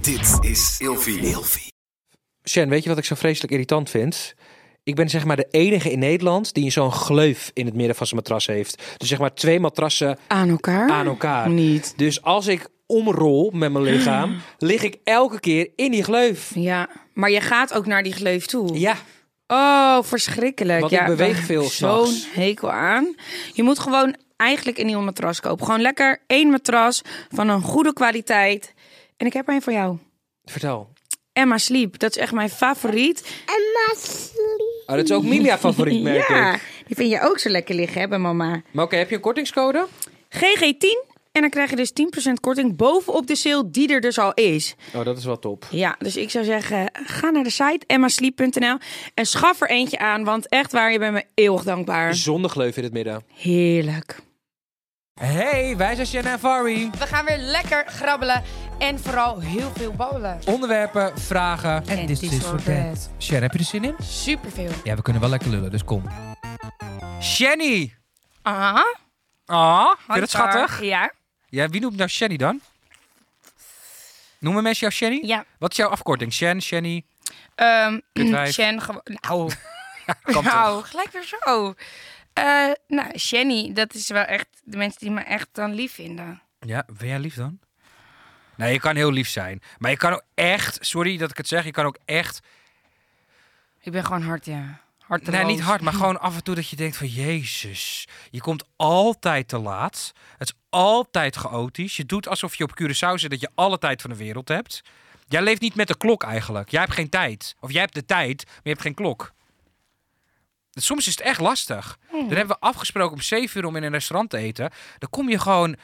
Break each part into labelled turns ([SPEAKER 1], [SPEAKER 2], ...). [SPEAKER 1] Dit is Ilvi.
[SPEAKER 2] Shen, weet je wat ik zo vreselijk irritant vind? Ik ben zeg maar de enige in Nederland die zo'n gleuf in het midden van zijn matras heeft. Dus zeg maar twee matrassen
[SPEAKER 3] Aan
[SPEAKER 4] Ah,
[SPEAKER 3] elkaar?
[SPEAKER 2] aan elkaar.
[SPEAKER 3] Niet.
[SPEAKER 2] Dus als ik omrol met mijn lichaam, lig ik elke keer in die gleuf.
[SPEAKER 3] Ja, maar je gaat ook naar die gleuf toe.
[SPEAKER 2] Ja,
[SPEAKER 3] Oh, verschrikkelijk.
[SPEAKER 2] Want
[SPEAKER 3] ja,
[SPEAKER 2] ik beweeg
[SPEAKER 3] daar heb
[SPEAKER 2] veel
[SPEAKER 3] ik
[SPEAKER 2] s'nachts.
[SPEAKER 3] Zo'n hekel aan. Je moet gewoon eigenlijk een nieuw matras kopen. Gewoon lekker één matras van een goede kwaliteit. En ik heb er een voor jou.
[SPEAKER 2] vertel.
[SPEAKER 3] Emma Sleep, dat is echt mijn favoriet.
[SPEAKER 2] Ah, dat is ook Milia favoriet, merk
[SPEAKER 3] ja,
[SPEAKER 2] ik.
[SPEAKER 3] die vind je ook zo lekker liggen, hè, bij mama.
[SPEAKER 2] Maar oké, heb je een kortingscode?
[SPEAKER 3] GG10. En dan krijg je dus 10% korting bovenop de sale die er dus al is.
[SPEAKER 2] Oh, dat is wel top.
[SPEAKER 3] Ja, dus ik zou zeggen, ga naar de site emmasleep.nl en schaf er eentje aan, want echt waar, je bent me eeuwig dankbaar.
[SPEAKER 2] Zonder gleuf in het midden.
[SPEAKER 3] Heerlijk.
[SPEAKER 2] Hey, wij zijn Shen en Fari.
[SPEAKER 4] We gaan weer lekker grabbelen en vooral heel veel babbelen.
[SPEAKER 2] Onderwerpen, vragen.
[SPEAKER 4] En dit is voor bed.
[SPEAKER 2] dus Shen, heb je er zin in?
[SPEAKER 4] Superveel.
[SPEAKER 2] Ja, we kunnen wel lekker lullen, dus kom. Shenny!
[SPEAKER 4] Aha.
[SPEAKER 2] Ah, vind je
[SPEAKER 4] Hoi,
[SPEAKER 2] dat
[SPEAKER 4] Cor.
[SPEAKER 2] schattig?
[SPEAKER 4] Ja.
[SPEAKER 2] Ja, wie noemt nou Shenny dan? Noemen mensen jou Shenny?
[SPEAKER 4] Ja.
[SPEAKER 2] Wat is jouw afkorting? Shen, Shenny?
[SPEAKER 4] Ehm
[SPEAKER 2] Kutwijf.
[SPEAKER 4] Shen, gewoon... Nou,
[SPEAKER 2] Kan
[SPEAKER 4] nou gelijk weer zo. Eh, nou, Shenny, dat is wel echt de mensen die me echt dan lief vinden.
[SPEAKER 5] Ja, ben jij lief dan? Nee, je kan heel lief zijn. Maar je kan ook echt, sorry dat ik het zeg, je kan ook echt...
[SPEAKER 4] Ik ben gewoon hard, ja. Hard
[SPEAKER 5] Nee, niet hard, maar gewoon af en toe dat je denkt van... Jezus, je komt altijd te laat. Het is altijd chaotisch. Je doet alsof je op Curaçao zit dat je alle tijd van de wereld hebt. Jij leeft niet met de klok eigenlijk. Jij hebt geen tijd. Of jij hebt de tijd, maar je hebt geen klok. Soms is het echt lastig. Dan hebben we afgesproken om 7 uur om in een restaurant te eten. Dan kom je gewoon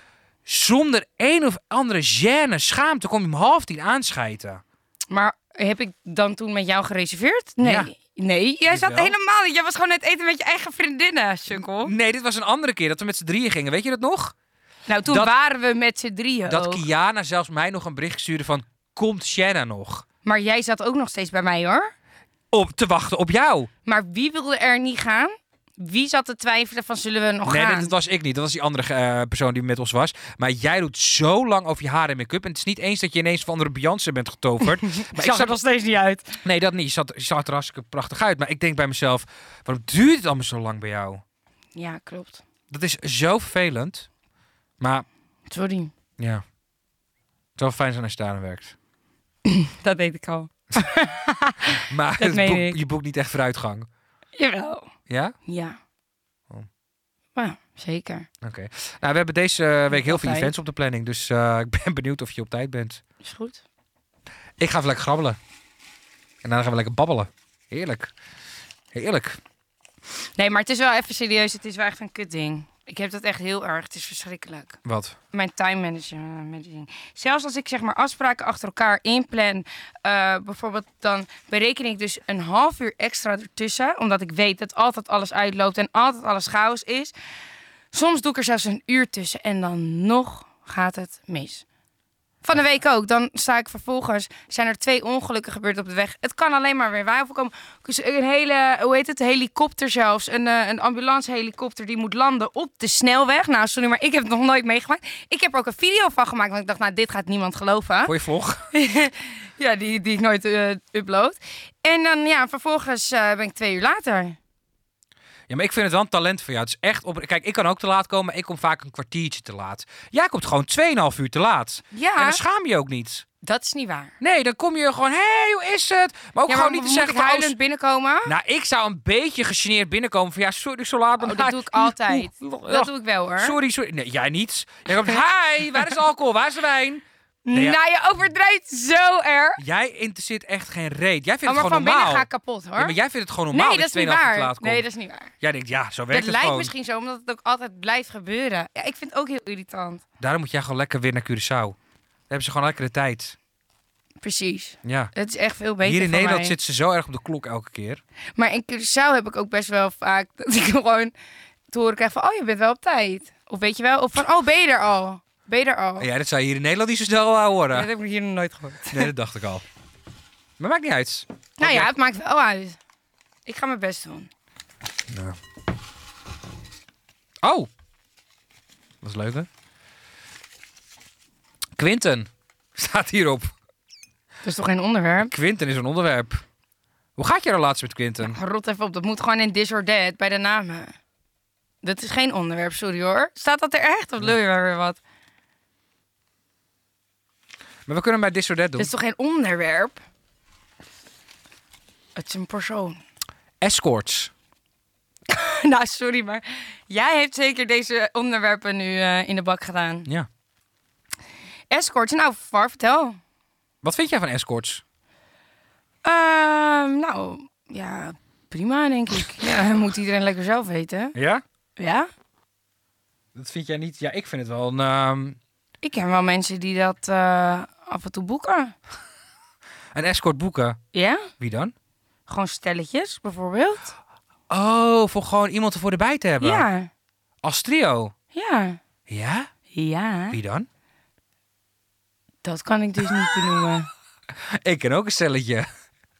[SPEAKER 5] zonder een of andere gêne, schaamte, kom je om half tien aanschijten.
[SPEAKER 4] Maar heb ik dan toen met jou gereserveerd? Nee.
[SPEAKER 5] Ja.
[SPEAKER 4] Nee, jij zat
[SPEAKER 5] Jawel.
[SPEAKER 4] helemaal niet. Jij was gewoon aan het eten met je eigen vriendinnen, sukkel.
[SPEAKER 5] Nee, dit was een andere keer dat we met z'n drieën gingen. Weet je dat nog?
[SPEAKER 4] Nou, toen
[SPEAKER 5] Dat-
[SPEAKER 4] waren we met z'n drieën
[SPEAKER 5] Dat
[SPEAKER 4] ook.
[SPEAKER 5] Kiana zelfs mij nog een bericht stuurde van... Komt Shanna nog?
[SPEAKER 4] Maar jij zat ook nog steeds bij mij, hoor.
[SPEAKER 5] Op te wachten op jou.
[SPEAKER 4] Maar wie wilde er niet gaan? Wie zat te twijfelen van zullen we nog
[SPEAKER 5] nee, dat,
[SPEAKER 4] gaan?
[SPEAKER 5] dat was ik niet. Dat was die andere eh, persoon die met ons was. Maar jij doet zo lang over je haar en make-up. En het is niet eens dat je ineens van de Beyoncé bent getoverd. maar ik zat,
[SPEAKER 4] steeds niet uit.
[SPEAKER 5] Nee, dat niet. Je zat, je zag er hartstikke prachtig uit. Maar ik denk bij mezelf, waarom duurt het allemaal zo lang bij jou?
[SPEAKER 4] Ja, klopt.
[SPEAKER 5] Dat is zo vervelend. Maar
[SPEAKER 4] Sorry.
[SPEAKER 5] ja, het zou wel fijn zijn als je daar aan werkt.
[SPEAKER 4] Dat weet ik al.
[SPEAKER 5] Maar het
[SPEAKER 4] meen
[SPEAKER 5] boek-
[SPEAKER 4] ik.
[SPEAKER 5] je boekt niet echt vooruitgang.
[SPEAKER 4] Jawel.
[SPEAKER 5] Ja?
[SPEAKER 4] Ja.
[SPEAKER 5] Oh.
[SPEAKER 4] Maar zeker.
[SPEAKER 5] Oké. Nou, we hebben deze week heel veel
[SPEAKER 4] Fijn.
[SPEAKER 5] events op de planning. Dus eh, ik ben benieuwd of je op tijd bent.
[SPEAKER 4] Is goed.
[SPEAKER 5] Ik ga even lekker grabbelen. En daarna gaan we lekker babbelen. Heerlijk. Heerlijk.
[SPEAKER 4] Nee, maar het is wel even serieus. Het is wel echt een kutding. Ik heb dat echt heel erg. Het is verschrikkelijk.
[SPEAKER 5] Wat?
[SPEAKER 4] mijn time manager- eh, managing. Zelfs als ik zeg maar afspraken achter elkaar inplan, eh, bijvoorbeeld, dan bereken ik dus een half uur extra ertussen, omdat ik weet dat altijd alles uitloopt en altijd alles chaos is. Soms doe ik er zelfs een uur tussen en dan nog gaat het mis. Van de week ook. Dan sta ik vervolgens. Zijn er twee ongelukken gebeurd op de weg? Het kan alleen maar weer wij overkomen. Dus een hele, hoe heet het? Helikopter zelfs. Een, eh, een ambulancehelikopter die moet landen op de snelweg. Nou, sorry, maar ik heb het nog nooit meegemaakt. Ik heb er ook een video van gemaakt. Want ik dacht, nou, dit gaat niemand geloven.
[SPEAKER 5] Voor je vlog?
[SPEAKER 4] ja, die, die ik nooit eh, upload. En dan, ja, vervolgens eh, ben ik twee uur later.
[SPEAKER 5] Ja, maar ik vind het wel een talent van jou. Het is echt op... Kijk, ik kan ook te laat komen, maar ik kom vaak een kwartiertje te laat. Jij komt gewoon 2,5 uur te laat. En
[SPEAKER 4] Ja,
[SPEAKER 5] dan schaam je je ook niet.
[SPEAKER 4] dat is niet waar.
[SPEAKER 5] Nee, dan kom je gewoon, hé, hey, hoe is het? Maar ook
[SPEAKER 4] Ja, maar
[SPEAKER 5] gewoon niet te
[SPEAKER 4] moet
[SPEAKER 5] zeggen
[SPEAKER 4] ik
[SPEAKER 5] van, oh,
[SPEAKER 4] huilend binnenkomen?
[SPEAKER 5] s- nou, ik zou een beetje gegeneerd binnenkomen van, ja, sorry, dat ik zo laat ben.
[SPEAKER 4] Oh, dat doe ik altijd.
[SPEAKER 5] Nou,
[SPEAKER 4] Dat doe ik wel, hoor.
[SPEAKER 5] Sorry, sorry. Nee, jij niet. Jij komt, hi, waar is de alcohol, waar is de wijn? Nee, ja.
[SPEAKER 4] Nou, je overdrijft zo erg.
[SPEAKER 5] Jij interesseert echt geen reet. Jij vindt het
[SPEAKER 4] Oh, maar van
[SPEAKER 5] gewoon normaal.
[SPEAKER 4] binnen ga ik kapot hoor.
[SPEAKER 5] Ja, maar jij vindt het gewoon normaal
[SPEAKER 4] nee, dat is
[SPEAKER 5] je
[SPEAKER 4] niet
[SPEAKER 5] 2,5 uur te
[SPEAKER 4] waar.
[SPEAKER 5] laat komt.
[SPEAKER 4] Nee, dat is niet waar.
[SPEAKER 5] Jij denkt, ja, zo werkt
[SPEAKER 4] Dat
[SPEAKER 5] het
[SPEAKER 4] lijkt
[SPEAKER 5] gewoon.
[SPEAKER 4] misschien zo, omdat het ook altijd blijft gebeuren. Ja, ik vind het ook heel irritant.
[SPEAKER 5] Daarom moet jij gewoon lekker weer naar Curaçao. Dan hebben ze gewoon lekker de tijd.
[SPEAKER 4] Precies.
[SPEAKER 5] Ja.
[SPEAKER 4] Het is echt veel beter
[SPEAKER 5] Hier in
[SPEAKER 4] voor
[SPEAKER 5] Nederland
[SPEAKER 4] mij.
[SPEAKER 5] zitten ze zo erg op de klok elke keer.
[SPEAKER 4] Maar in Curaçao heb ik ook best wel vaak dat ik gewoon te horen krijg van... Oh, je bent wel op tijd. Of weet je wel? Of van, oh, ben je er al? Ben je er al?
[SPEAKER 5] Ja, Oh, dat zou je hier in Nederland niet zo snel aan
[SPEAKER 4] Dat
[SPEAKER 5] horen.
[SPEAKER 4] heb ik hier nog nooit gehoord.
[SPEAKER 5] Nee, dat dacht ik al. Maar maakt niet uit.
[SPEAKER 4] Nou ja, het maakt wel uit. Ik ga mijn best doen.
[SPEAKER 5] Oh. Dat is leuk, hè? Quinten staat hierop.
[SPEAKER 4] Dat is toch geen onderwerp?
[SPEAKER 5] Quinten is een onderwerp. Hoe gaat je relatie met Quinten?
[SPEAKER 4] Rot even op, dat moet gewoon in This or That bij de namen. Dat is geen onderwerp, sorry hoor. Staat dat er echt of lul je maar weer wat?
[SPEAKER 5] Maar we kunnen bij This or That
[SPEAKER 4] Dat
[SPEAKER 5] doen.
[SPEAKER 4] is toch geen onderwerp? Het is een persoon.
[SPEAKER 5] Escorts.
[SPEAKER 4] nou, sorry, maar jij hebt zeker deze onderwerpen nu eh, in de bak gedaan.
[SPEAKER 5] Ja.
[SPEAKER 4] Escorts, nou, Var, vertel.
[SPEAKER 5] Wat vind jij van escorts?
[SPEAKER 4] Ehm, nou, ja, prima, denk ik. Ja, moet iedereen lekker zelf weten.
[SPEAKER 5] Ja?
[SPEAKER 4] Ja?
[SPEAKER 5] Dat vind jij niet? Ja, ik vind het wel een... ehm,
[SPEAKER 4] Ik ken wel mensen die dat eh, af en toe boeken.
[SPEAKER 5] een escort boeken.
[SPEAKER 4] Ja?
[SPEAKER 5] Wie dan?
[SPEAKER 4] Gewoon stelletjes, bijvoorbeeld.
[SPEAKER 5] Oh, voor gewoon iemand ervoor erbij te hebben.
[SPEAKER 4] Ja.
[SPEAKER 5] Als trio.
[SPEAKER 4] Ja.
[SPEAKER 5] Ja?
[SPEAKER 4] Ja.
[SPEAKER 5] Wie dan?
[SPEAKER 4] Dat kan ik dus niet benoemen.
[SPEAKER 5] Ik ken ook een stelletje.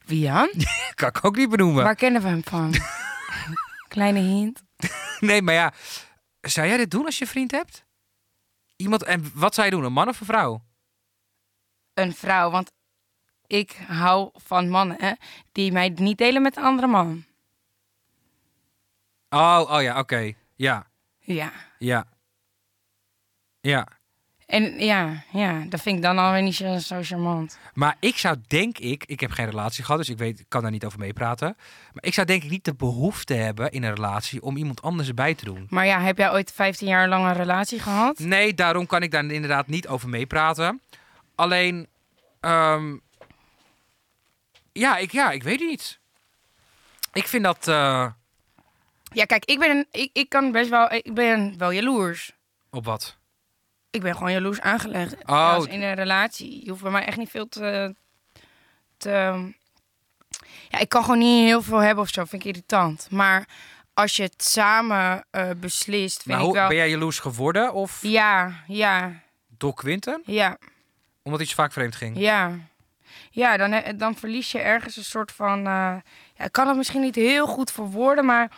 [SPEAKER 4] Wie dan?
[SPEAKER 5] kan ik ook niet benoemen.
[SPEAKER 4] Waar kennen we hem van? Kleine hint.
[SPEAKER 5] Nee, maar ja. Zou jij dit doen als je een vriend hebt? Iemand, en wat zou je doen? Een man of een vrouw?
[SPEAKER 4] Een vrouw, want ik hou van mannen hè, die mij niet delen met een andere man.
[SPEAKER 5] Oh, oh ja, oké. Ja,
[SPEAKER 4] Ja.
[SPEAKER 5] ja. Ja.
[SPEAKER 4] En ja, ja, dat vind ik dan alweer niet zo, zo charmant.
[SPEAKER 5] Maar ik zou denk ik, ik heb geen relatie gehad, dus ik weet, ik kan daar niet over meepraten. Maar ik zou denk ik niet de behoefte hebben in een relatie om iemand anders erbij te doen.
[SPEAKER 4] Maar ja, heb jij ooit 15 jaar lang een relatie gehad?
[SPEAKER 5] Nee, daarom kan ik daar inderdaad niet over meepraten. Alleen, ehm, ja, ik, ja, ik weet het niet. Ik vind dat, eh,
[SPEAKER 4] Ja, kijk, ik ben, een- ik, ik kan best wel, ik ben wel jaloers.
[SPEAKER 5] op wat?
[SPEAKER 4] Ik ben gewoon jaloers aangelegd.
[SPEAKER 5] Oh.
[SPEAKER 4] Als in een relatie. Je hoeft bij mij echt niet veel te, te... Ja, ik kan gewoon niet heel veel hebben of zo. Vind ik irritant. Maar als je het samen eh, beslist, vind
[SPEAKER 5] Maar hoe,
[SPEAKER 4] ik wel...
[SPEAKER 5] ben jij jaloers geworden of
[SPEAKER 4] Ja, ja,
[SPEAKER 5] door Quinten?
[SPEAKER 4] ja,
[SPEAKER 5] Omdat hij zo vaak vreemd ging?
[SPEAKER 4] ja. Ja, dan, he- dan verlies je ergens een soort van... eh, ja, ik kan het misschien niet heel goed verwoorden, maar...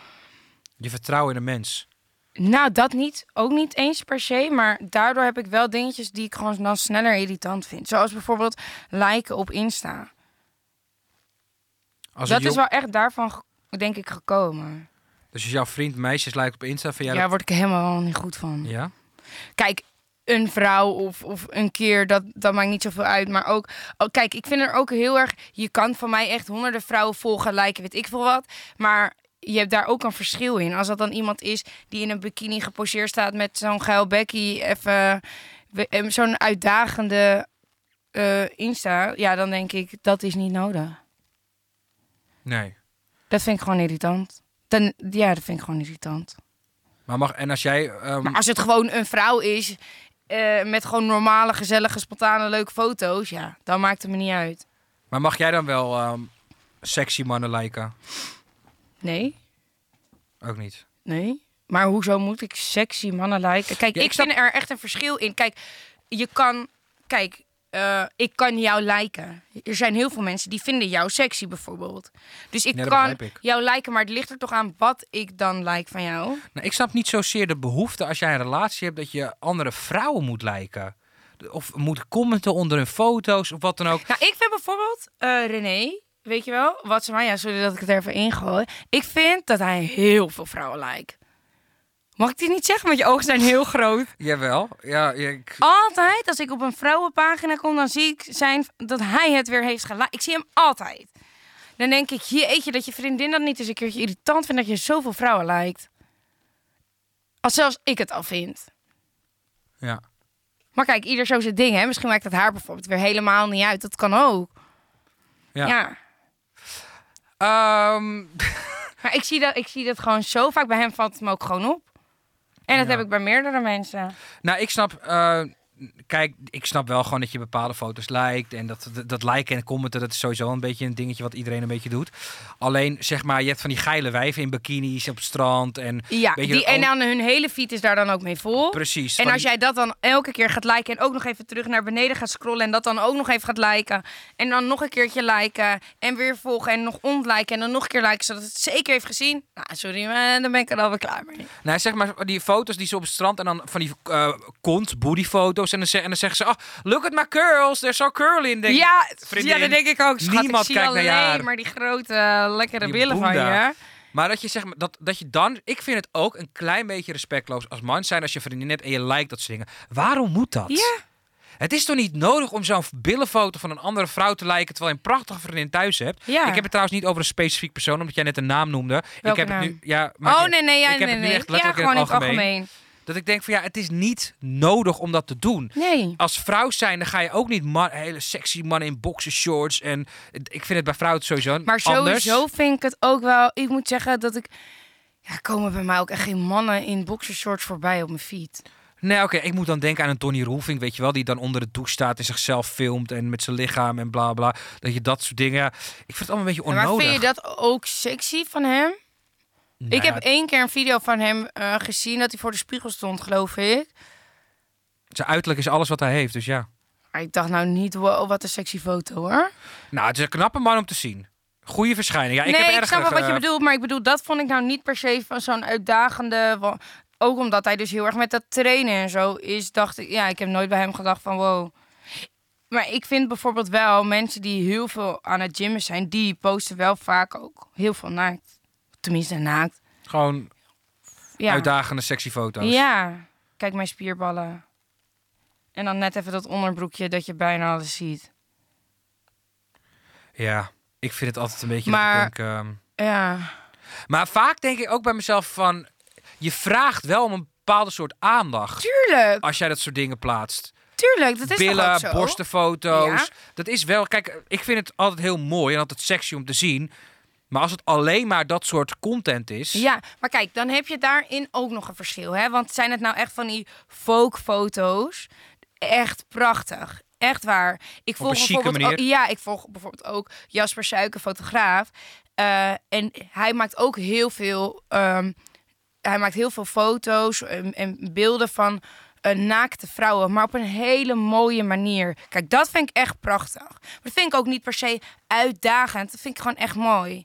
[SPEAKER 5] Je vertrouwen in een mens.
[SPEAKER 4] Nou, dat niet. Ook niet eens per se. Maar daardoor heb ik wel dingetjes die ik gewoon dan sneller irritant vind. Zoals bijvoorbeeld liken op Insta.
[SPEAKER 5] Als
[SPEAKER 4] dat
[SPEAKER 5] een jong-
[SPEAKER 4] is wel echt daarvan, ge- denk ik, gekomen.
[SPEAKER 5] Dus als jouw vriend meisjes lijkt op Insta, vind
[SPEAKER 4] Ja,
[SPEAKER 5] jij
[SPEAKER 4] Daar
[SPEAKER 5] dat...
[SPEAKER 4] word ik helemaal niet goed van.
[SPEAKER 5] Ja?
[SPEAKER 4] Kijk, een vrouw of, of een keer, dat, dat maakt niet zoveel uit. Maar ook, oh, kijk, ik vind er ook heel erg... Je kan van mij echt honderden vrouwen volgen, liken, weet ik veel wat. Maar je hebt daar ook een verschil in. Als dat dan iemand is die in een bikini geposeerd staat met zo'n geil bekkie... even we- em, zo'n uitdagende eh, Insta, ja, dan denk ik, dat is niet nodig.
[SPEAKER 5] Nee.
[SPEAKER 4] Dat vind ik gewoon irritant. Dan, ja, dat vind ik gewoon irritant.
[SPEAKER 5] Maar mag, en als jij... ehm,
[SPEAKER 4] Maar als het gewoon een vrouw is eh, met gewoon normale, gezellige, spontane, leuke foto's, ja, dan maakt het me niet uit.
[SPEAKER 5] Maar mag jij dan wel ehm, sexy mannen liken?
[SPEAKER 4] Nee,
[SPEAKER 5] Ook niet.
[SPEAKER 4] nee. Maar hoezo moet ik sexy mannen liken? Kijk,
[SPEAKER 5] Ja,
[SPEAKER 4] ik,
[SPEAKER 5] ik snap-
[SPEAKER 4] vind er echt een verschil in. Kijk, je kan, kijk, eh, ik kan jou liken. Er zijn heel veel mensen die vinden jou sexy bijvoorbeeld. Dus ik
[SPEAKER 5] Ja, dat
[SPEAKER 4] kan
[SPEAKER 5] begrijp ik.
[SPEAKER 4] jou liken, maar het ligt er toch aan wat ik dan like van jou.
[SPEAKER 5] Nou, ik snap niet zozeer de behoefte als jij een relatie hebt dat je andere vrouwen moet liken. Of moet commenten onder hun foto's of wat dan ook.
[SPEAKER 4] Nou, ik vind bijvoorbeeld eh, René, weet je wel, wat ze mij, ja, sorry dat ik het er even ingooi. Ik vind dat hij heel veel vrouwen lijkt. Mag ik dit niet zeggen? Want je ogen zijn heel groot.
[SPEAKER 5] Jawel. Ja, ik...
[SPEAKER 4] Altijd als ik op een vrouwenpagina kom, dan zie ik zijn, dat hij het weer heeft gelijk. Ik zie hem altijd. Dan denk ik, jeetje, dat je vriendin dat niet eens een keertje irritant vindt dat je zoveel vrouwen lijkt. Als zelfs ik het al vind.
[SPEAKER 5] ja.
[SPEAKER 4] Maar kijk, ieder zo zijn ding, hè. Misschien maakt het haar bijvoorbeeld weer helemaal niet uit. Dat kan ook.
[SPEAKER 5] Ja.
[SPEAKER 4] ja.
[SPEAKER 5] Ehm,
[SPEAKER 4] Maar ik zie, dat, ik zie dat gewoon zo vaak. Bij hem valt het me ook gewoon op. En dat
[SPEAKER 5] Ja.
[SPEAKER 4] heb ik bij meerdere mensen.
[SPEAKER 5] nou, ik snap... eh, kijk, ik snap wel gewoon dat je bepaalde foto's liked. En dat, dat, dat liken en commenten, dat is sowieso een beetje een dingetje wat iedereen een beetje doet. Alleen, zeg maar, je hebt van die geile wijven in bikinis op het strand. En,
[SPEAKER 4] Ja,
[SPEAKER 5] weet je,
[SPEAKER 4] die,
[SPEAKER 5] dat
[SPEAKER 4] en
[SPEAKER 5] al-
[SPEAKER 4] dan hun hele feed is daar dan ook mee vol.
[SPEAKER 5] Precies.
[SPEAKER 4] En
[SPEAKER 5] van
[SPEAKER 4] als jij dat dan elke keer gaat liken en ook nog even terug naar beneden gaat scrollen en dat dan ook nog even gaat liken en dan nog een keertje liken en weer volgen en nog ontliken en dan nog een keer liken zodat het zeker heeft gezien. Nou, sorry, maar dan ben ik er alweer klaar mee.
[SPEAKER 5] Nou, zeg maar die foto's die ze op het strand en dan van die eh kont, bodyfoto's foto's en dan, ze- en dan zeggen ze... Oh, look at my curls, they're so curly. En dan denk ik,
[SPEAKER 4] ja,
[SPEAKER 5] vriendin,
[SPEAKER 4] ja, dat denk ik ook. Schat,
[SPEAKER 5] niemand
[SPEAKER 4] ik zie
[SPEAKER 5] kijkt naar
[SPEAKER 4] alleen
[SPEAKER 5] je haar.
[SPEAKER 4] maar die grote, lekkere
[SPEAKER 5] Die
[SPEAKER 4] billen van
[SPEAKER 5] boenda.
[SPEAKER 4] je.
[SPEAKER 5] Maar dat je, zeg maar dat, dat je dan... Ik vind het ook een klein beetje respectloos als man zijn... als je een vriendin hebt en je lijkt dat zingen. Waarom moet dat?
[SPEAKER 4] Ja.
[SPEAKER 5] Het is toch niet nodig om zo'n billenfoto van een andere vrouw te lijken... terwijl je een prachtige vriendin thuis hebt?
[SPEAKER 4] Ja.
[SPEAKER 5] Ik heb het trouwens niet over een specifiek persoon... omdat jij net een naam noemde. ik
[SPEAKER 4] Welke
[SPEAKER 5] heb het
[SPEAKER 4] naam?
[SPEAKER 5] nu... Ja, maar
[SPEAKER 4] Oh,
[SPEAKER 5] ik-
[SPEAKER 4] nee, nee, ja,
[SPEAKER 5] ik heb
[SPEAKER 4] nee,
[SPEAKER 5] het nu
[SPEAKER 4] nee.
[SPEAKER 5] echt letterlijk
[SPEAKER 4] ja,
[SPEAKER 5] in
[SPEAKER 4] gewoon
[SPEAKER 5] het algemeen.
[SPEAKER 4] algemeen.
[SPEAKER 5] Dat ik denk van ja, het is niet nodig om dat te doen.
[SPEAKER 4] Nee.
[SPEAKER 5] Als vrouw zijn, dan ga je ook niet man, hele sexy mannen in boxershorts. En ik vind het bij vrouwen sowieso
[SPEAKER 4] Maar
[SPEAKER 5] anders.
[SPEAKER 4] sowieso vind ik het ook wel... Ik moet zeggen dat ik... Ja, komen bij mij ook echt geen mannen in boxershorts voorbij op mijn feet.
[SPEAKER 5] Nee, oké, ik moet dan denken aan een Tony Roelvink, weet je wel, die dan onder de douche staat en zichzelf filmt en met zijn lichaam en bla bla. Dat je dat soort dingen. Ik vind het allemaal een beetje
[SPEAKER 4] Maar
[SPEAKER 5] onnodig.
[SPEAKER 4] vind je dat ook sexy van hem?
[SPEAKER 5] Nou
[SPEAKER 4] ik
[SPEAKER 5] ja,
[SPEAKER 4] heb één keer een video van hem eh, gezien dat hij voor de spiegel stond, geloof ik.
[SPEAKER 5] Zijn uiterlijk is alles wat hij heeft, dus ja.
[SPEAKER 4] Maar ik dacht nou niet, wow, wat een sexy foto hoor.
[SPEAKER 5] Nou, het is een knappe man om te zien. Goede verschijning. Ja, ik
[SPEAKER 4] nee,
[SPEAKER 5] heb
[SPEAKER 4] ik
[SPEAKER 5] erger,
[SPEAKER 4] snap wel wat
[SPEAKER 5] eh,
[SPEAKER 4] je bedoelt, maar ik bedoel, dat vond ik nou niet per se van zo'n uitdagende... wa- Ook omdat hij dus heel erg met dat trainen en zo is, dacht ik... Ja, ik heb nooit bij hem gedacht van wow. Maar ik vind bijvoorbeeld wel mensen die heel veel aan het gymmen zijn... die posten wel vaak ook heel veel naakt. Tenminste, naakt.
[SPEAKER 5] Gewoon
[SPEAKER 4] Ja.
[SPEAKER 5] uitdagende sexy foto's.
[SPEAKER 4] Ja, kijk mijn spierballen. En dan net even dat onderbroekje dat je bijna alles ziet.
[SPEAKER 5] Ja, ik vind het altijd een beetje.
[SPEAKER 4] Maar-
[SPEAKER 5] Dat ik denk, ehm,
[SPEAKER 4] Ja,
[SPEAKER 5] Maar vaak denk ik ook bij mezelf van... Je vraagt wel om een bepaalde soort aandacht
[SPEAKER 4] tuurlijk,
[SPEAKER 5] als jij dat soort dingen plaatst.
[SPEAKER 4] tuurlijk, dat is toch ook
[SPEAKER 5] Billen,
[SPEAKER 4] zo?
[SPEAKER 5] borstenfoto's.
[SPEAKER 4] Ja.
[SPEAKER 5] Dat is wel... Kijk, ik vind het altijd heel mooi en altijd sexy om te zien. Maar als het alleen maar dat soort content is...
[SPEAKER 4] Ja, maar kijk, dan heb je daarin ook nog een verschil. Hè? Want zijn het nou echt van die folkfoto's? Echt prachtig. Echt waar. Ik
[SPEAKER 5] Op een
[SPEAKER 4] volg
[SPEAKER 5] chique
[SPEAKER 4] bijvoorbeeld ook-
[SPEAKER 5] manier.
[SPEAKER 4] ja, ik volg bijvoorbeeld ook Jasper Suiker, fotograaf. Eh, en hij maakt ook heel veel. ehm, hij maakt heel veel foto's en, en beelden van eh, naakte vrouwen, maar op een hele mooie manier. Kijk, dat vind ik echt prachtig. Maar dat vind ik ook niet per se uitdagend. Dat vind ik gewoon echt mooi.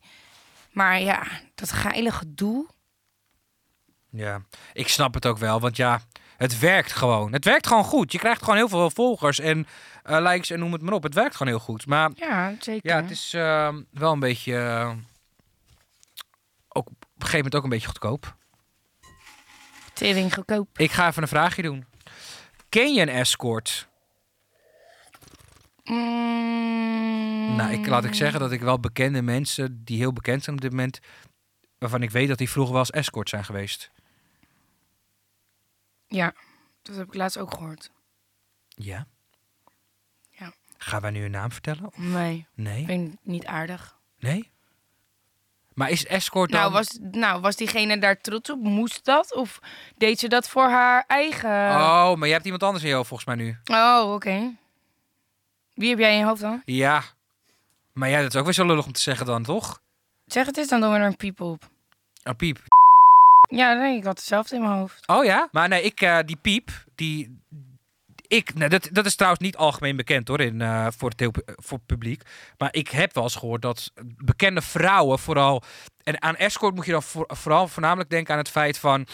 [SPEAKER 4] Maar ja, dat geile gedoe.
[SPEAKER 5] Ja, ik snap het ook wel. Want ja, het werkt gewoon. Het werkt gewoon goed. Je krijgt gewoon heel veel volgers en eh, likes en noem het maar op. Het werkt gewoon heel goed. Maar
[SPEAKER 4] Ja, zeker.
[SPEAKER 5] ja, het is eh, wel een beetje... eh, ook, op een gegeven moment ook een beetje goedkoop.
[SPEAKER 4] tering goedkoop.
[SPEAKER 5] Ik ga even een vraagje doen. Ken je een escort?
[SPEAKER 4] Mm.
[SPEAKER 5] Nou, ik, laat ik zeggen dat ik wel bekende mensen die heel bekend zijn op dit moment, waarvan ik weet dat die vroeger wel eens escort zijn geweest.
[SPEAKER 4] Ja, dat heb ik laatst ook gehoord.
[SPEAKER 5] Ja.
[SPEAKER 4] Ja.
[SPEAKER 5] Gaan wij nu hun naam vertellen?
[SPEAKER 4] Nee,
[SPEAKER 5] Nee.
[SPEAKER 4] vind ik niet aardig.
[SPEAKER 5] Nee. Maar is escort dan?
[SPEAKER 4] Nou was, nou, was diegene daar trots op? Moest dat? Of deed ze dat voor haar eigen...
[SPEAKER 5] Oh, maar je hebt iemand anders in je hoofd volgens mij nu.
[SPEAKER 4] Oh, oké. Wie heb jij in je hoofd dan?
[SPEAKER 5] Ja. Maar ja, dat is ook weer zo lullig om te zeggen dan, toch?
[SPEAKER 4] Zeg het eens, dan doen we er een piep op.
[SPEAKER 5] Oh, piep.
[SPEAKER 4] Ja, nee, ik had hetzelfde in mijn hoofd.
[SPEAKER 5] Oh ja? Maar nee, ik, eh, die piep, die... Ik, nou, dat, dat is trouwens niet algemeen bekend hoor, in, eh, voor, het heel, pu- eh, voor het publiek. Maar ik heb wel eens gehoord dat bekende vrouwen vooral... En aan escort moet je dan voor- vooral voornamelijk denken aan het feit van...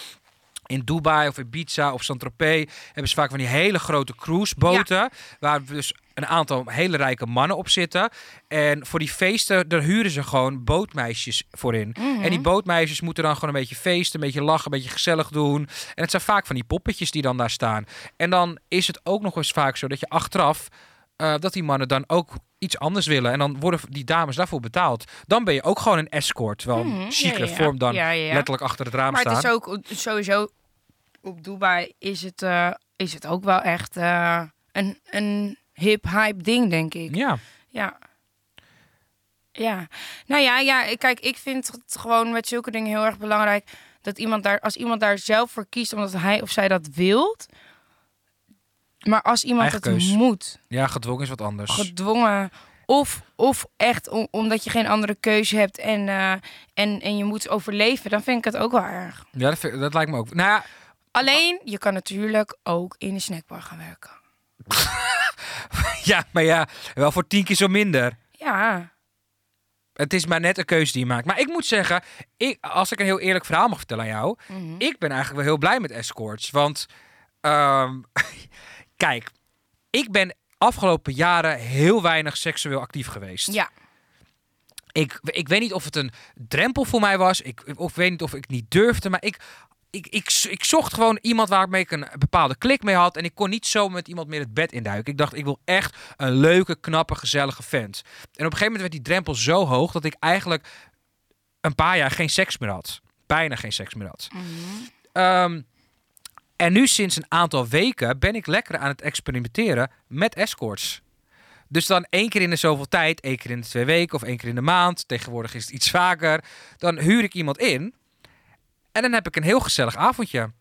[SPEAKER 5] In Dubai of Ibiza of Saint-Tropez hebben ze vaak van die hele grote cruiseboten. Waar dus een aantal hele rijke mannen op zitten. En voor die feesten, daar huren ze gewoon bootmeisjes voor in.
[SPEAKER 4] Mhm.
[SPEAKER 5] En die bootmeisjes moeten dan gewoon een beetje feesten, een beetje lachen, een beetje gezellig doen. En het zijn vaak van die poppetjes die dan daar staan. En dan is het ook nog eens vaak zo dat je achteraf... eh, dat die mannen dan ook iets anders willen. En dan worden die dames daarvoor betaald. Dan ben je ook gewoon een escort. Wel een
[SPEAKER 4] Mhm, ja,
[SPEAKER 5] chicere
[SPEAKER 4] ja.
[SPEAKER 5] vorm dan
[SPEAKER 4] Ja, ja, ja.
[SPEAKER 5] letterlijk achter het raam
[SPEAKER 4] Maar
[SPEAKER 5] staan.
[SPEAKER 4] het is ook sowieso... Op Dubai is het, eh, is het ook wel echt eh, een, een hip-hype ding, denk ik.
[SPEAKER 5] Ja.
[SPEAKER 4] Ja. Ja. Nou ja, ja, ik- kijk, ik vind het gewoon met zulke dingen heel erg belangrijk dat iemand daar, als iemand daar zelf voor kiest, omdat hij of zij dat wilt. Maar als iemand
[SPEAKER 5] Eigen
[SPEAKER 4] het
[SPEAKER 5] keus.
[SPEAKER 4] moet,
[SPEAKER 5] Ja, gedwongen is wat anders.
[SPEAKER 4] gedwongen. Of, of echt om- omdat je geen andere keuze hebt en, eh, en, en je moet overleven, dan vind ik het ook wel erg.
[SPEAKER 5] ja, dat, vind- dat lijkt me ook. Nou ja,
[SPEAKER 4] Alleen, je kan natuurlijk ook in de snackbar gaan werken.
[SPEAKER 5] ja, maar ja, wel voor tien keer zo minder.
[SPEAKER 4] Ja.
[SPEAKER 5] Het is maar net een keuze die je maakt. Maar ik moet zeggen, ik, als ik een heel eerlijk verhaal mag vertellen aan jou, ik ben eigenlijk wel heel blij met escorts. Want ehm, Kijk, ik ben afgelopen jaren heel weinig seksueel actief geweest.
[SPEAKER 4] Ja.
[SPEAKER 5] Ik, ik weet niet of het een drempel voor mij was. Ik, of ik weet niet of ik niet durfde. Maar ik, ik, ik, zo- ik zocht gewoon iemand waar ik mee een bepaalde klik mee had. En ik kon niet zo met iemand meer het bed induiken. Ik dacht, ik wil echt een leuke, knappe, gezellige vent. En op een gegeven moment werd die drempel zo hoog dat ik eigenlijk een paar jaar geen seks meer had. Bijna geen seks meer had. Ehm, en nu sinds een aantal weken ben ik lekker aan het experimenteren met escorts. Dus dan één keer in de zoveel tijd, één keer in de twee weken of één keer in de maand. Tegenwoordig is het iets vaker. Dan huur ik iemand in. En dan heb ik een heel gezellig avondje.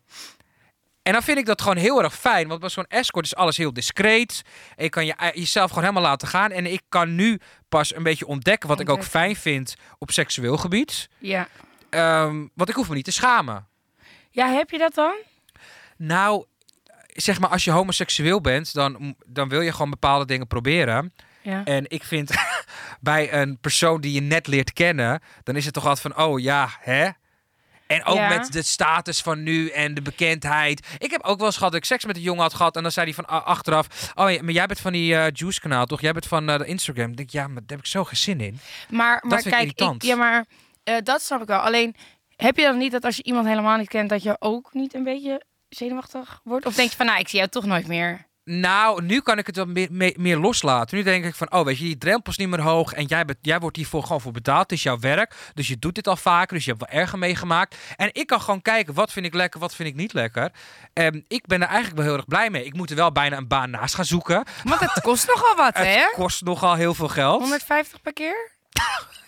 [SPEAKER 5] En dan vind ik dat gewoon heel erg fijn. Want bij zo'n escort is alles heel discreet. En je kan je, jezelf gewoon helemaal laten gaan. En ik kan nu pas een beetje ontdekken wat ik ook
[SPEAKER 4] Ontdekken.
[SPEAKER 5] fijn vind op seksueel gebied.
[SPEAKER 4] Ja.
[SPEAKER 5] Ehm, want ik hoef me niet te schamen.
[SPEAKER 4] Ja, heb je dat dan?
[SPEAKER 5] Nou, zeg maar, als je homoseksueel bent, dan, dan wil je gewoon bepaalde dingen proberen.
[SPEAKER 4] Ja.
[SPEAKER 5] En ik vind bij een persoon die je net leert kennen, dan is het toch altijd van, oh ja, hè? En ook
[SPEAKER 4] Ja.
[SPEAKER 5] met de status van nu en de bekendheid. Ik heb ook wel eens gehad dat ik seks met een jongen had gehad. En dan zei hij van a- achteraf, oh ja, maar jij bent van die eh, Juice kanaal, toch? Jij bent van eh, de Instagram. Ik denk, ja, maar daar heb ik zo geen zin in.
[SPEAKER 4] Maar, maar
[SPEAKER 5] vind ik
[SPEAKER 4] kijk,
[SPEAKER 5] irritant.
[SPEAKER 4] ja, maar eh, dat snap ik wel. Alleen heb je dan niet dat als je iemand helemaal niet kent, dat je ook niet een beetje zenuwachtig wordt? Of denk je van, nou, ik zie jou toch nooit meer?
[SPEAKER 5] Nou, nu kan ik het wat meer, mee- meer loslaten. Nu denk ik van, oh weet je, die drempel is niet meer hoog. En jij, bent, jij wordt hiervoor gewoon voor betaald. Het is jouw werk. Dus je doet dit al vaker. Dus je hebt wel erger meegemaakt. En ik kan gewoon kijken, wat vind ik lekker, wat vind ik niet lekker. En ik ben er eigenlijk wel heel erg blij mee. Ik moet er wel bijna een baan naast gaan zoeken.
[SPEAKER 4] Want het kost nogal wat, hè?
[SPEAKER 5] Het kost nogal heel veel geld.
[SPEAKER 4] 150 per keer?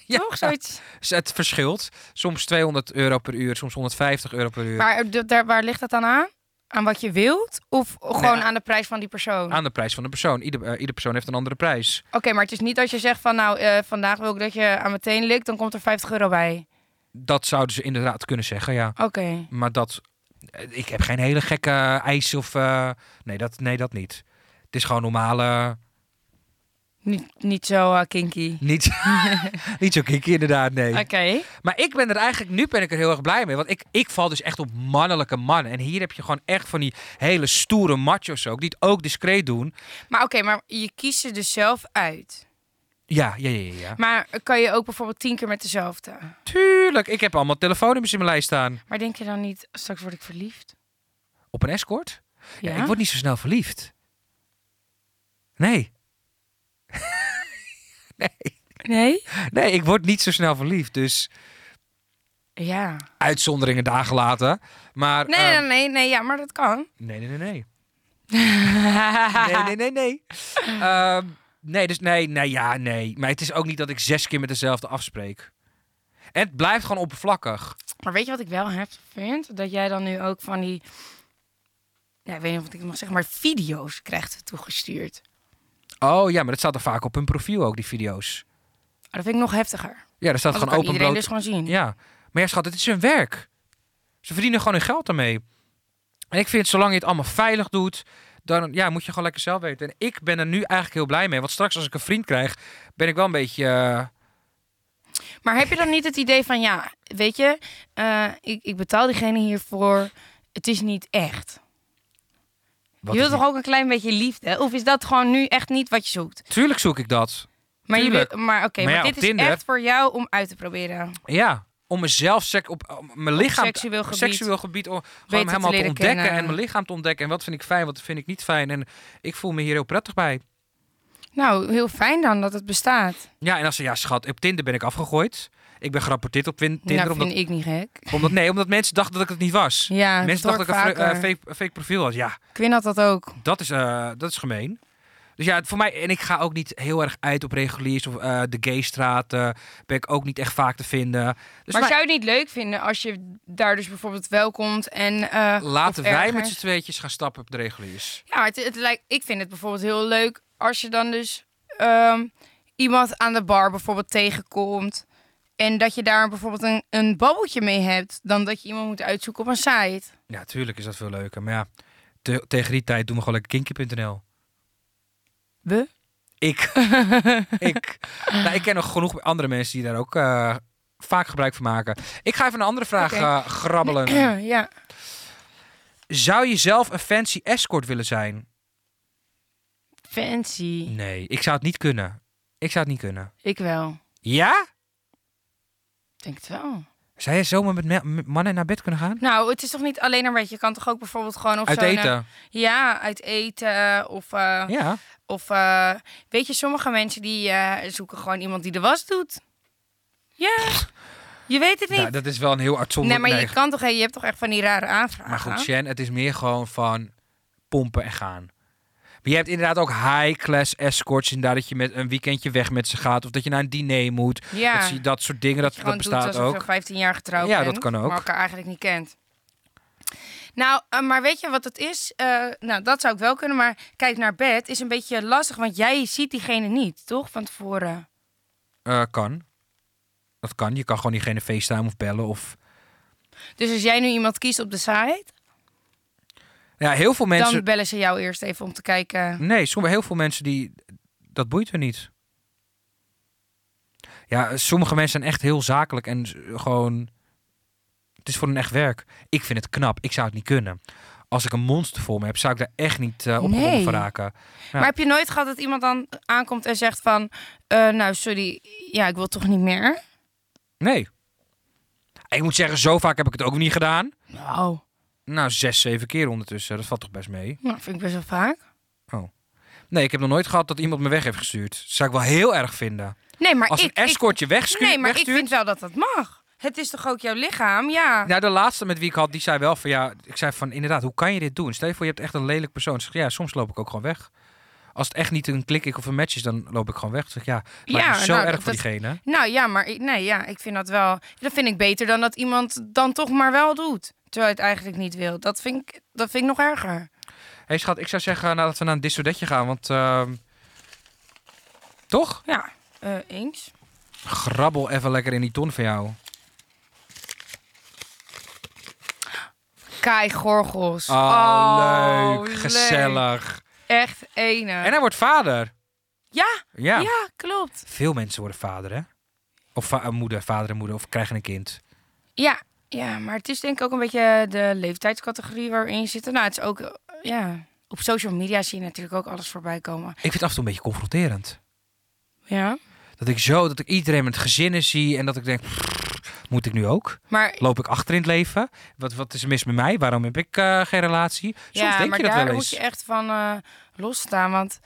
[SPEAKER 5] Ja.
[SPEAKER 4] Toch? Zoiets.
[SPEAKER 5] Dus Het verschilt. Soms 200 euro per uur, soms 150 euro per uur.
[SPEAKER 4] Maar eh, d- daar, waar ligt dat dan aan? Aan wat je wilt? Of gewoon
[SPEAKER 5] Nee,
[SPEAKER 4] aan de prijs van die persoon?
[SPEAKER 5] Aan de prijs van de persoon. Ieder, eh, ieder persoon heeft een andere prijs.
[SPEAKER 4] Oké, maar het is niet als je zegt van, nou, eh, vandaag wil ik dat je aan meteen likt, dan komt er 50 euro bij.
[SPEAKER 5] Dat zouden ze inderdaad kunnen zeggen, ja.
[SPEAKER 4] Oké.
[SPEAKER 5] Maar dat. eh, Ik heb geen hele gekke eisen of. eh, nee, dat, nee, dat niet. Het is gewoon normale.
[SPEAKER 4] Niet, niet zo eh, kinky.
[SPEAKER 5] Niet, niet zo kinky, inderdaad, nee.
[SPEAKER 4] Oké.
[SPEAKER 5] Maar ik ben er eigenlijk. Nu ben ik er heel erg blij mee. Want ik, ik val dus echt op mannelijke mannen. En hier heb je gewoon echt van die hele stoere macho's ook. Die het ook discreet doen.
[SPEAKER 4] Maar oké, maar je kiest ze dus zelf uit.
[SPEAKER 5] Ja, ja, ja, ja. ja.
[SPEAKER 4] Maar kan je ook bijvoorbeeld tien keer met dezelfde?
[SPEAKER 5] Tuurlijk, ik heb allemaal telefoonnummers in mijn lijst staan.
[SPEAKER 4] Maar denk je dan niet, straks word ik verliefd?
[SPEAKER 5] Op een escort? Ja, ik word niet zo snel verliefd. Nee.
[SPEAKER 4] Nee?
[SPEAKER 5] Nee, ik word niet zo snel verliefd. Dus.
[SPEAKER 4] Ja.
[SPEAKER 5] uitzonderingen daar gelaten. Maar.
[SPEAKER 4] Nee,
[SPEAKER 5] ehm,
[SPEAKER 4] nee, nee, nee, ja, maar dat kan.
[SPEAKER 5] nee, nee, nee, nee. Nee, nee, nee, nee. Ehm, nee, dus nee, nee, ja, nee. Maar het is ook niet dat ik zes keer met dezelfde afspreek. En het blijft gewoon oppervlakkig.
[SPEAKER 4] Maar weet je wat ik wel heftig vind? Dat jij dan nu ook van die... Ja, ik weet niet of ik het mag zeggen, maar video's krijgt toegestuurd.
[SPEAKER 5] Oh ja, maar dat staat er vaak op hun profiel ook, die video's.
[SPEAKER 4] Maar Oh, dat vind ik nog heftiger.
[SPEAKER 5] Ja, daar staat
[SPEAKER 4] Want dan
[SPEAKER 5] gewoon
[SPEAKER 4] kan
[SPEAKER 5] open
[SPEAKER 4] iedereen
[SPEAKER 5] bloot.
[SPEAKER 4] dus gewoon zien.
[SPEAKER 5] Ja. Maar ja, schat, het is hun werk. Ze verdienen gewoon hun geld daarmee. En ik vind, zolang je het allemaal veilig doet, dan ja, moet je gewoon lekker zelf weten. En ik ben er nu eigenlijk heel blij mee. Want straks als ik een vriend krijg, ben ik wel een beetje... eh,
[SPEAKER 4] Maar heb je dan niet het idee van, ja, weet je, eh, ik, ik betaal diegene hiervoor. Het is niet echt.
[SPEAKER 5] wat
[SPEAKER 4] je
[SPEAKER 5] is
[SPEAKER 4] wilt toch ook een klein beetje liefde? Of is dat gewoon nu echt niet wat je zoekt?
[SPEAKER 5] Tuurlijk zoek ik dat.
[SPEAKER 4] Maar, je wil,
[SPEAKER 5] Tuurlijk.
[SPEAKER 4] maar oké,
[SPEAKER 5] Maar
[SPEAKER 4] maar,
[SPEAKER 5] ja,
[SPEAKER 4] dit
[SPEAKER 5] op
[SPEAKER 4] is
[SPEAKER 5] Tinder-
[SPEAKER 4] echt voor jou om uit te proberen.
[SPEAKER 5] Ja, om mezelf sec- op, op mijn lichaam
[SPEAKER 4] seksueel gebied.
[SPEAKER 5] seksueel gebied om, gewoon
[SPEAKER 4] Beter te
[SPEAKER 5] helemaal te,
[SPEAKER 4] leren
[SPEAKER 5] ontdekken
[SPEAKER 4] kennen.
[SPEAKER 5] en mijn lichaam te ontdekken en wat vind ik fijn, wat vind ik niet fijn en ik voel me hier heel prettig bij.
[SPEAKER 4] Nou, heel fijn dan dat het bestaat.
[SPEAKER 5] Ja, en als ze ja schat, op Tinder ben ik afgegooid. Ik ben gerapporteerd op Win- Tinder
[SPEAKER 4] nou, vind
[SPEAKER 5] omdat,
[SPEAKER 4] ik niet gek.
[SPEAKER 5] omdat nee, omdat mensen dachten dat ik het niet was.
[SPEAKER 4] Ja,
[SPEAKER 5] mensen
[SPEAKER 4] dat
[SPEAKER 5] dachten
[SPEAKER 4] hoor
[SPEAKER 5] dat ik een
[SPEAKER 4] ik
[SPEAKER 5] fr- eh,
[SPEAKER 4] vaker.
[SPEAKER 5] fake, een fake profiel had. Ja,
[SPEAKER 4] Quinn had dat ook.
[SPEAKER 5] dat is, eh, dat is gemeen. Dus ja, het- voor mij, en ik ga ook niet heel erg uit op reguliers of eh, de gaystraat. eh, ben ik ook niet echt vaak te vinden. Dus
[SPEAKER 4] maar
[SPEAKER 5] mij-
[SPEAKER 4] zou je het niet leuk vinden als je daar dus bijvoorbeeld wel komt en... eh,
[SPEAKER 5] laten
[SPEAKER 4] of
[SPEAKER 5] wij
[SPEAKER 4] erger?
[SPEAKER 5] met z'n tweetjes gaan stappen op de reguliers.
[SPEAKER 4] Ja, maar het, het lijkt, ik vind het bijvoorbeeld heel leuk als je dan dus ehm, iemand aan de bar bijvoorbeeld tegenkomt. En dat je daar bijvoorbeeld een, een babbeltje mee hebt. Dan dat je iemand moet uitzoeken op een site.
[SPEAKER 5] Ja, tuurlijk is dat veel leuker. Maar ja, te- tegen die tijd doen we gewoon lekker kinky.nl.
[SPEAKER 4] We?
[SPEAKER 5] Ik. ik. Nou, ik ken nog genoeg andere mensen die daar ook eh, vaak gebruik van maken. Ik ga even een andere vraag
[SPEAKER 4] Oké.
[SPEAKER 5] eh, grabbelen.
[SPEAKER 4] ja.
[SPEAKER 5] Zou je zelf een fancy escort willen zijn?
[SPEAKER 4] Fancy.
[SPEAKER 5] Nee, ik zou het niet kunnen. Ik zou het niet kunnen.
[SPEAKER 4] Ik wel.
[SPEAKER 5] Ja?
[SPEAKER 4] Ik denk het wel.
[SPEAKER 5] Zou jij zomaar met me- met mannen naar bed kunnen gaan?
[SPEAKER 4] Nou, het is toch niet alleen een beetje. Je kan toch ook bijvoorbeeld gewoon op
[SPEAKER 5] Uit
[SPEAKER 4] zo'n, eh,
[SPEAKER 5] eten?
[SPEAKER 4] ja, uit eten. Of, eh,
[SPEAKER 5] Ja.
[SPEAKER 4] of eh, weet je, sommige mensen die eh, zoeken gewoon iemand die de was doet. Ja, je weet het niet.
[SPEAKER 5] Nou, dat is wel een heel
[SPEAKER 4] nee,
[SPEAKER 5] uitzonderlijk...
[SPEAKER 4] maar je kan toch, hè, je hebt toch echt van die rare aanvragen.
[SPEAKER 5] Maar goed, Shen, het is meer gewoon van pompen en gaan. Maar je hebt inderdaad ook high-class escorts. Inderdaad dat je met een weekendje weg met ze gaat. Of dat je naar een diner moet.
[SPEAKER 4] ja,
[SPEAKER 5] Dat, zie- dat soort dingen, dat, dat,
[SPEAKER 4] gewoon doet
[SPEAKER 5] bestaat
[SPEAKER 4] alsof je
[SPEAKER 5] ook.
[SPEAKER 4] al 15 jaar getrouwd
[SPEAKER 5] Ja,
[SPEAKER 4] bent.
[SPEAKER 5] dat kan ook.
[SPEAKER 4] Maar elkaar eigenlijk niet kent. Nou, eh, maar weet je wat het is? Eh, nou, dat zou ik wel kunnen, maar kijk naar bed is een beetje lastig, want jij ziet diegene niet, toch? Van tevoren.
[SPEAKER 5] Eh, kan. Dat kan. Je kan gewoon diegene FaceTime of bellen. Of...
[SPEAKER 4] Dus als jij nu iemand kiest op de site,
[SPEAKER 5] Ja, heel veel
[SPEAKER 4] dan
[SPEAKER 5] mensen...
[SPEAKER 4] bellen ze jou eerst even om te kijken.
[SPEAKER 5] Nee, sommige, heel veel mensen die... Dat boeit hun niet. Ja, sommige mensen zijn echt heel zakelijk en z- gewoon... Het is voor hun echt werk. Ik vind het knap. Ik zou het niet kunnen. Als ik een monster voor me heb, zou ik daar echt niet eh, op
[SPEAKER 4] Nee.
[SPEAKER 5] nee. van raken. Ja.
[SPEAKER 4] Maar heb je nooit gehad dat iemand dan aankomt en zegt van, eh, nou sorry, ja, ik wil toch niet meer?
[SPEAKER 5] Nee. Ik moet zeggen, zo vaak heb ik het ook niet gedaan.
[SPEAKER 4] Nou,
[SPEAKER 5] Nou, zes, zeven keer ondertussen. Dat valt toch best mee.
[SPEAKER 4] dat nou, vind ik best wel vaak.
[SPEAKER 5] Nee, ik heb nog nooit gehad dat iemand me weg heeft gestuurd. Dat zou ik wel heel erg vinden.
[SPEAKER 4] Nee, maar
[SPEAKER 5] Als
[SPEAKER 4] ik,
[SPEAKER 5] een
[SPEAKER 4] ik-
[SPEAKER 5] escortje wegstuurt...
[SPEAKER 4] nee, maar ik
[SPEAKER 5] wegstuurt-
[SPEAKER 4] vind wel dat dat mag. Het is toch ook jouw lichaam, ja.
[SPEAKER 5] Nou, de laatste met wie ik had, die zei wel van ja, ik zei van inderdaad, hoe kan je dit doen? Stel je voor, je hebt echt een lelijk persoon. Zeg, ja, soms loop ik ook gewoon weg. Als het echt niet een klik ik of een match is, dan loop ik gewoon weg. Zeg ja, maar
[SPEAKER 4] Ja,
[SPEAKER 5] het is zo
[SPEAKER 4] nou,
[SPEAKER 5] erg
[SPEAKER 4] dat-
[SPEAKER 5] voor diegene.
[SPEAKER 4] Nou ja, maar ik- nee, ja, ik vind dat wel. Dat vind ik beter dan dat iemand dan toch maar wel doet. Terwijl je het eigenlijk niet wil. Dat vind ik, dat vind ik nog erger.
[SPEAKER 5] Hé hey, schat, ik zou zeggen nadat we naar een discordetje gaan, want ehm, toch?
[SPEAKER 4] Ja, eh, eens.
[SPEAKER 5] Grabbel even lekker in die ton van jou.
[SPEAKER 4] Kai Gorgels.
[SPEAKER 5] Ah,
[SPEAKER 4] Oh,
[SPEAKER 5] leuk, gezellig.
[SPEAKER 4] Echt enig.
[SPEAKER 5] En hij wordt vader.
[SPEAKER 4] Ja,
[SPEAKER 5] Ja.
[SPEAKER 4] ja, klopt.
[SPEAKER 5] Veel mensen worden vader, hè? Of va- eh, moeder, vader en moeder, of krijgen een kind.
[SPEAKER 4] Ja, ja, maar het is denk ik ook een beetje de leeftijdscategorie waarin je zit. Nou, het is ook, eh, ja, op social media zie je natuurlijk ook alles voorbij komen.
[SPEAKER 5] Ik vind het af en toe een beetje confronterend.
[SPEAKER 4] Ja.
[SPEAKER 5] Dat ik zo, dat ik iedereen met gezinnen zie en dat ik denk, "Pff, moet ik nu ook?
[SPEAKER 4] Maar
[SPEAKER 5] Loop ik achter in het leven? Wat, wat is er mis met mij? Waarom heb ik eh, geen relatie? Soms
[SPEAKER 4] ja,
[SPEAKER 5] denk
[SPEAKER 4] maar
[SPEAKER 5] je dat
[SPEAKER 4] daar
[SPEAKER 5] wel
[SPEAKER 4] moet
[SPEAKER 5] eens.
[SPEAKER 4] je echt van eh losstaan. Want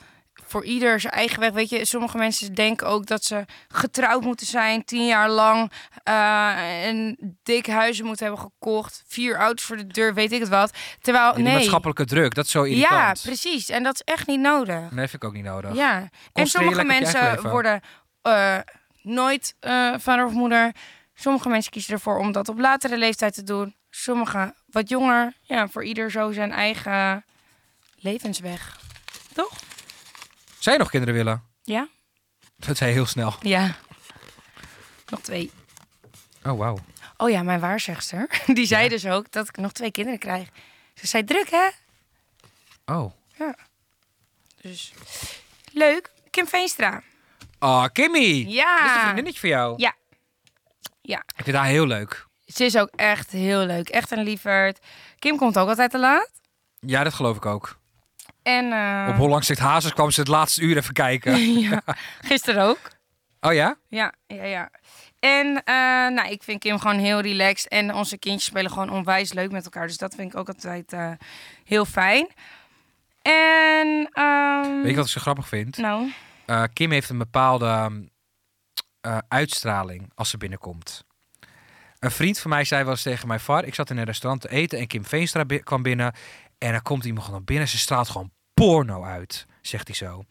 [SPEAKER 4] voor ieder zijn eigen weg. Weet je, sommige mensen denken ook dat ze getrouwd moeten zijn, tien jaar lang. eh, een dik huis moeten hebben gekocht. Vier auto's voor de deur, weet ik het wat. Terwijl,
[SPEAKER 5] Die
[SPEAKER 4] oh, nee.
[SPEAKER 5] maatschappelijke druk, dat is zo
[SPEAKER 4] ja,
[SPEAKER 5] irritant.
[SPEAKER 4] precies. En dat is echt niet nodig.
[SPEAKER 5] nee, vind ik ook niet nodig.
[SPEAKER 4] Ja. En
[SPEAKER 5] Concentreer je
[SPEAKER 4] sommige
[SPEAKER 5] lekker op je eigen
[SPEAKER 4] mensen
[SPEAKER 5] leven.
[SPEAKER 4] worden eh, nooit eh, vader of moeder. Sommige mensen kiezen ervoor om dat op latere leeftijd te doen. Sommige wat jonger. Ja, voor ieder zo zijn eigen levensweg. Toch?
[SPEAKER 5] Zij nog kinderen willen?
[SPEAKER 4] Ja.
[SPEAKER 5] Dat zei heel snel.
[SPEAKER 4] Ja. Nog twee.
[SPEAKER 5] Oh, wauw.
[SPEAKER 4] Oh ja, mijn waarzegster. Die zei dus ook dat ik nog twee kinderen krijg. Ze zei druk, hè?
[SPEAKER 5] Oh.
[SPEAKER 4] Dus leuk. Kim Veenstra.
[SPEAKER 5] Ah, Kimmy.
[SPEAKER 4] Ja.
[SPEAKER 5] Dat is een vriendinnetje van jou.
[SPEAKER 4] Ja. Ja.
[SPEAKER 5] Ik vind haar heel leuk.
[SPEAKER 4] Ze is ook echt heel leuk. Echt een lieverd. Kim komt ook altijd te laat.
[SPEAKER 5] Ja, dat geloof ik ook.
[SPEAKER 4] En eh,
[SPEAKER 5] Op Holland zegt Hazes kwam ze het laatste uur even kijken.
[SPEAKER 4] ja, gisteren ook.
[SPEAKER 5] Oh ja?
[SPEAKER 4] Ja, ja, ja. En eh, nou, ik vind Kim gewoon heel relaxed. En onze kindjes spelen gewoon onwijs leuk met elkaar. Dus dat vind ik ook altijd eh, heel fijn. En... ehm,
[SPEAKER 5] Weet je wat ik zo grappig vind?
[SPEAKER 4] Nou,
[SPEAKER 5] Eh, Kim heeft een bepaalde ehm, eh, uitstraling als ze binnenkomt. Een vriend van mij zei wel eens tegen mijn vader... Ik zat in een restaurant te eten en Kim Veenstra bi- kwam binnen. En dan komt iemand gewoon binnen. Ze straalt gewoon porno uit, zegt hij zo.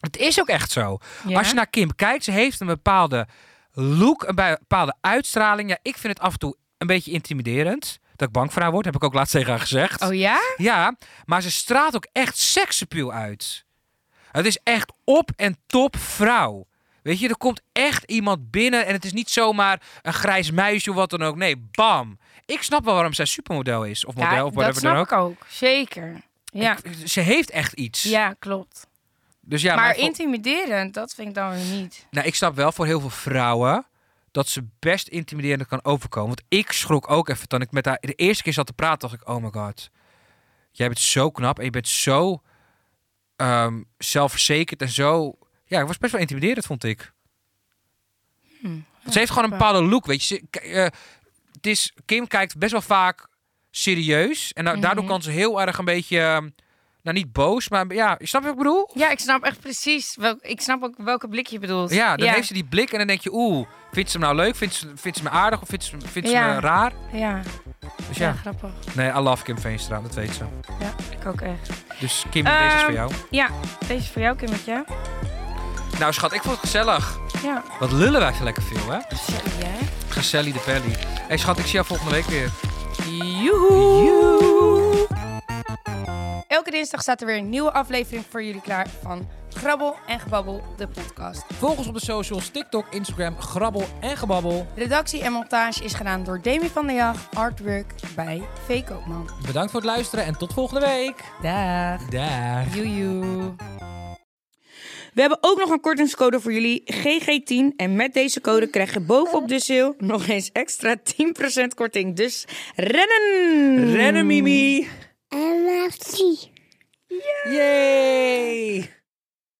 [SPEAKER 5] Het is ook echt zo.
[SPEAKER 4] ja.
[SPEAKER 5] Als je naar Kim kijkt, ze heeft een bepaalde look, een bepaalde uitstraling. Ja, ik vind het af en toe een beetje intimiderend. Dat ik bang voor haar word, heb ik ook laatst tegen haar gezegd.
[SPEAKER 4] Oh ja?
[SPEAKER 5] Ja, maar ze straalt ook echt seksappeal uit. Het is echt op en top vrouw. Weet je, er komt echt iemand binnen en het is niet zomaar een grijs muisje of wat dan ook. Nee, bam. Ik snap wel waarom zij supermodel is. Of model,
[SPEAKER 4] ja,
[SPEAKER 5] of
[SPEAKER 4] dat
[SPEAKER 5] whatever dan
[SPEAKER 4] snap
[SPEAKER 5] ook.
[SPEAKER 4] ik ook. Zeker. Ja,
[SPEAKER 5] Ik- ze heeft echt iets.
[SPEAKER 4] ja klopt.
[SPEAKER 5] Dus ja,
[SPEAKER 4] maar
[SPEAKER 5] maar voor-
[SPEAKER 4] intimiderend, dat vind ik dan weer niet.
[SPEAKER 5] nou, ik snap wel voor heel veel vrouwen dat ze best intimiderend kan overkomen. Want ik schrok ook even toen ik met haar de eerste keer zat te praten. dacht ik, oh my god. Jij bent zo knap en je bent zo ehm, zelfverzekerd en zo. Ja, het was best wel intimiderend, vond ik. Want ze heeft gewoon een bepaalde look, weet je. Ze- k- eh, het is, Kim kijkt best wel vaak serieus. En da- daardoor kan ze heel erg een beetje... ehm, Nou, niet boos, maar ja, je snapt wat ik bedoel?
[SPEAKER 4] Ja, ik snap echt precies. Welk, ik snap ook welke blik je bedoelt.
[SPEAKER 5] Ja, dan heeft ze die blik en dan denk je, oeh, vindt ze hem nou leuk? Vindt ze, vindt ze me aardig of vindt ze, vindt ze
[SPEAKER 4] Ja.
[SPEAKER 5] me raar?
[SPEAKER 4] Ja,
[SPEAKER 5] Dus
[SPEAKER 4] ja,
[SPEAKER 5] ja,
[SPEAKER 4] grappig.
[SPEAKER 5] nee, I love Kim Veenstra, dat weet ze.
[SPEAKER 4] Ja, ik ook echt.
[SPEAKER 5] Dus Kim, deze is
[SPEAKER 4] Ehm,
[SPEAKER 5] voor jou.
[SPEAKER 4] Ja, deze is voor jou, Kimmetje.
[SPEAKER 5] Nou schat, ik vond het gezellig.
[SPEAKER 4] Ja.
[SPEAKER 5] Wat lullen wij zo lekker veel, hè?
[SPEAKER 4] Sorry, hè?
[SPEAKER 5] Gezellig de Valley. Hé hey, schat, ik zie jou volgende week weer.
[SPEAKER 4] Joehoe! Elke dinsdag staat er weer een nieuwe aflevering voor jullie klaar van Grabbel en Gebabbel, de podcast.
[SPEAKER 1] Volg ons op de socials, TikTok, Instagram, Grabbel en Gebabbel.
[SPEAKER 4] Redactie en montage is gedaan door Demi van der Jag, artwork bij V. Koopman.
[SPEAKER 1] Bedankt voor het luisteren en tot volgende week.
[SPEAKER 4] Daag.
[SPEAKER 1] Daag.
[SPEAKER 4] Joejoe.
[SPEAKER 3] We hebben ook nog een kortingscode voor jullie, GG10. En met deze code krijg je bovenop de sale nog eens extra 10% korting. Dus rennen!
[SPEAKER 2] Rennen, Mimi!
[SPEAKER 6] En merci.
[SPEAKER 2] Yay!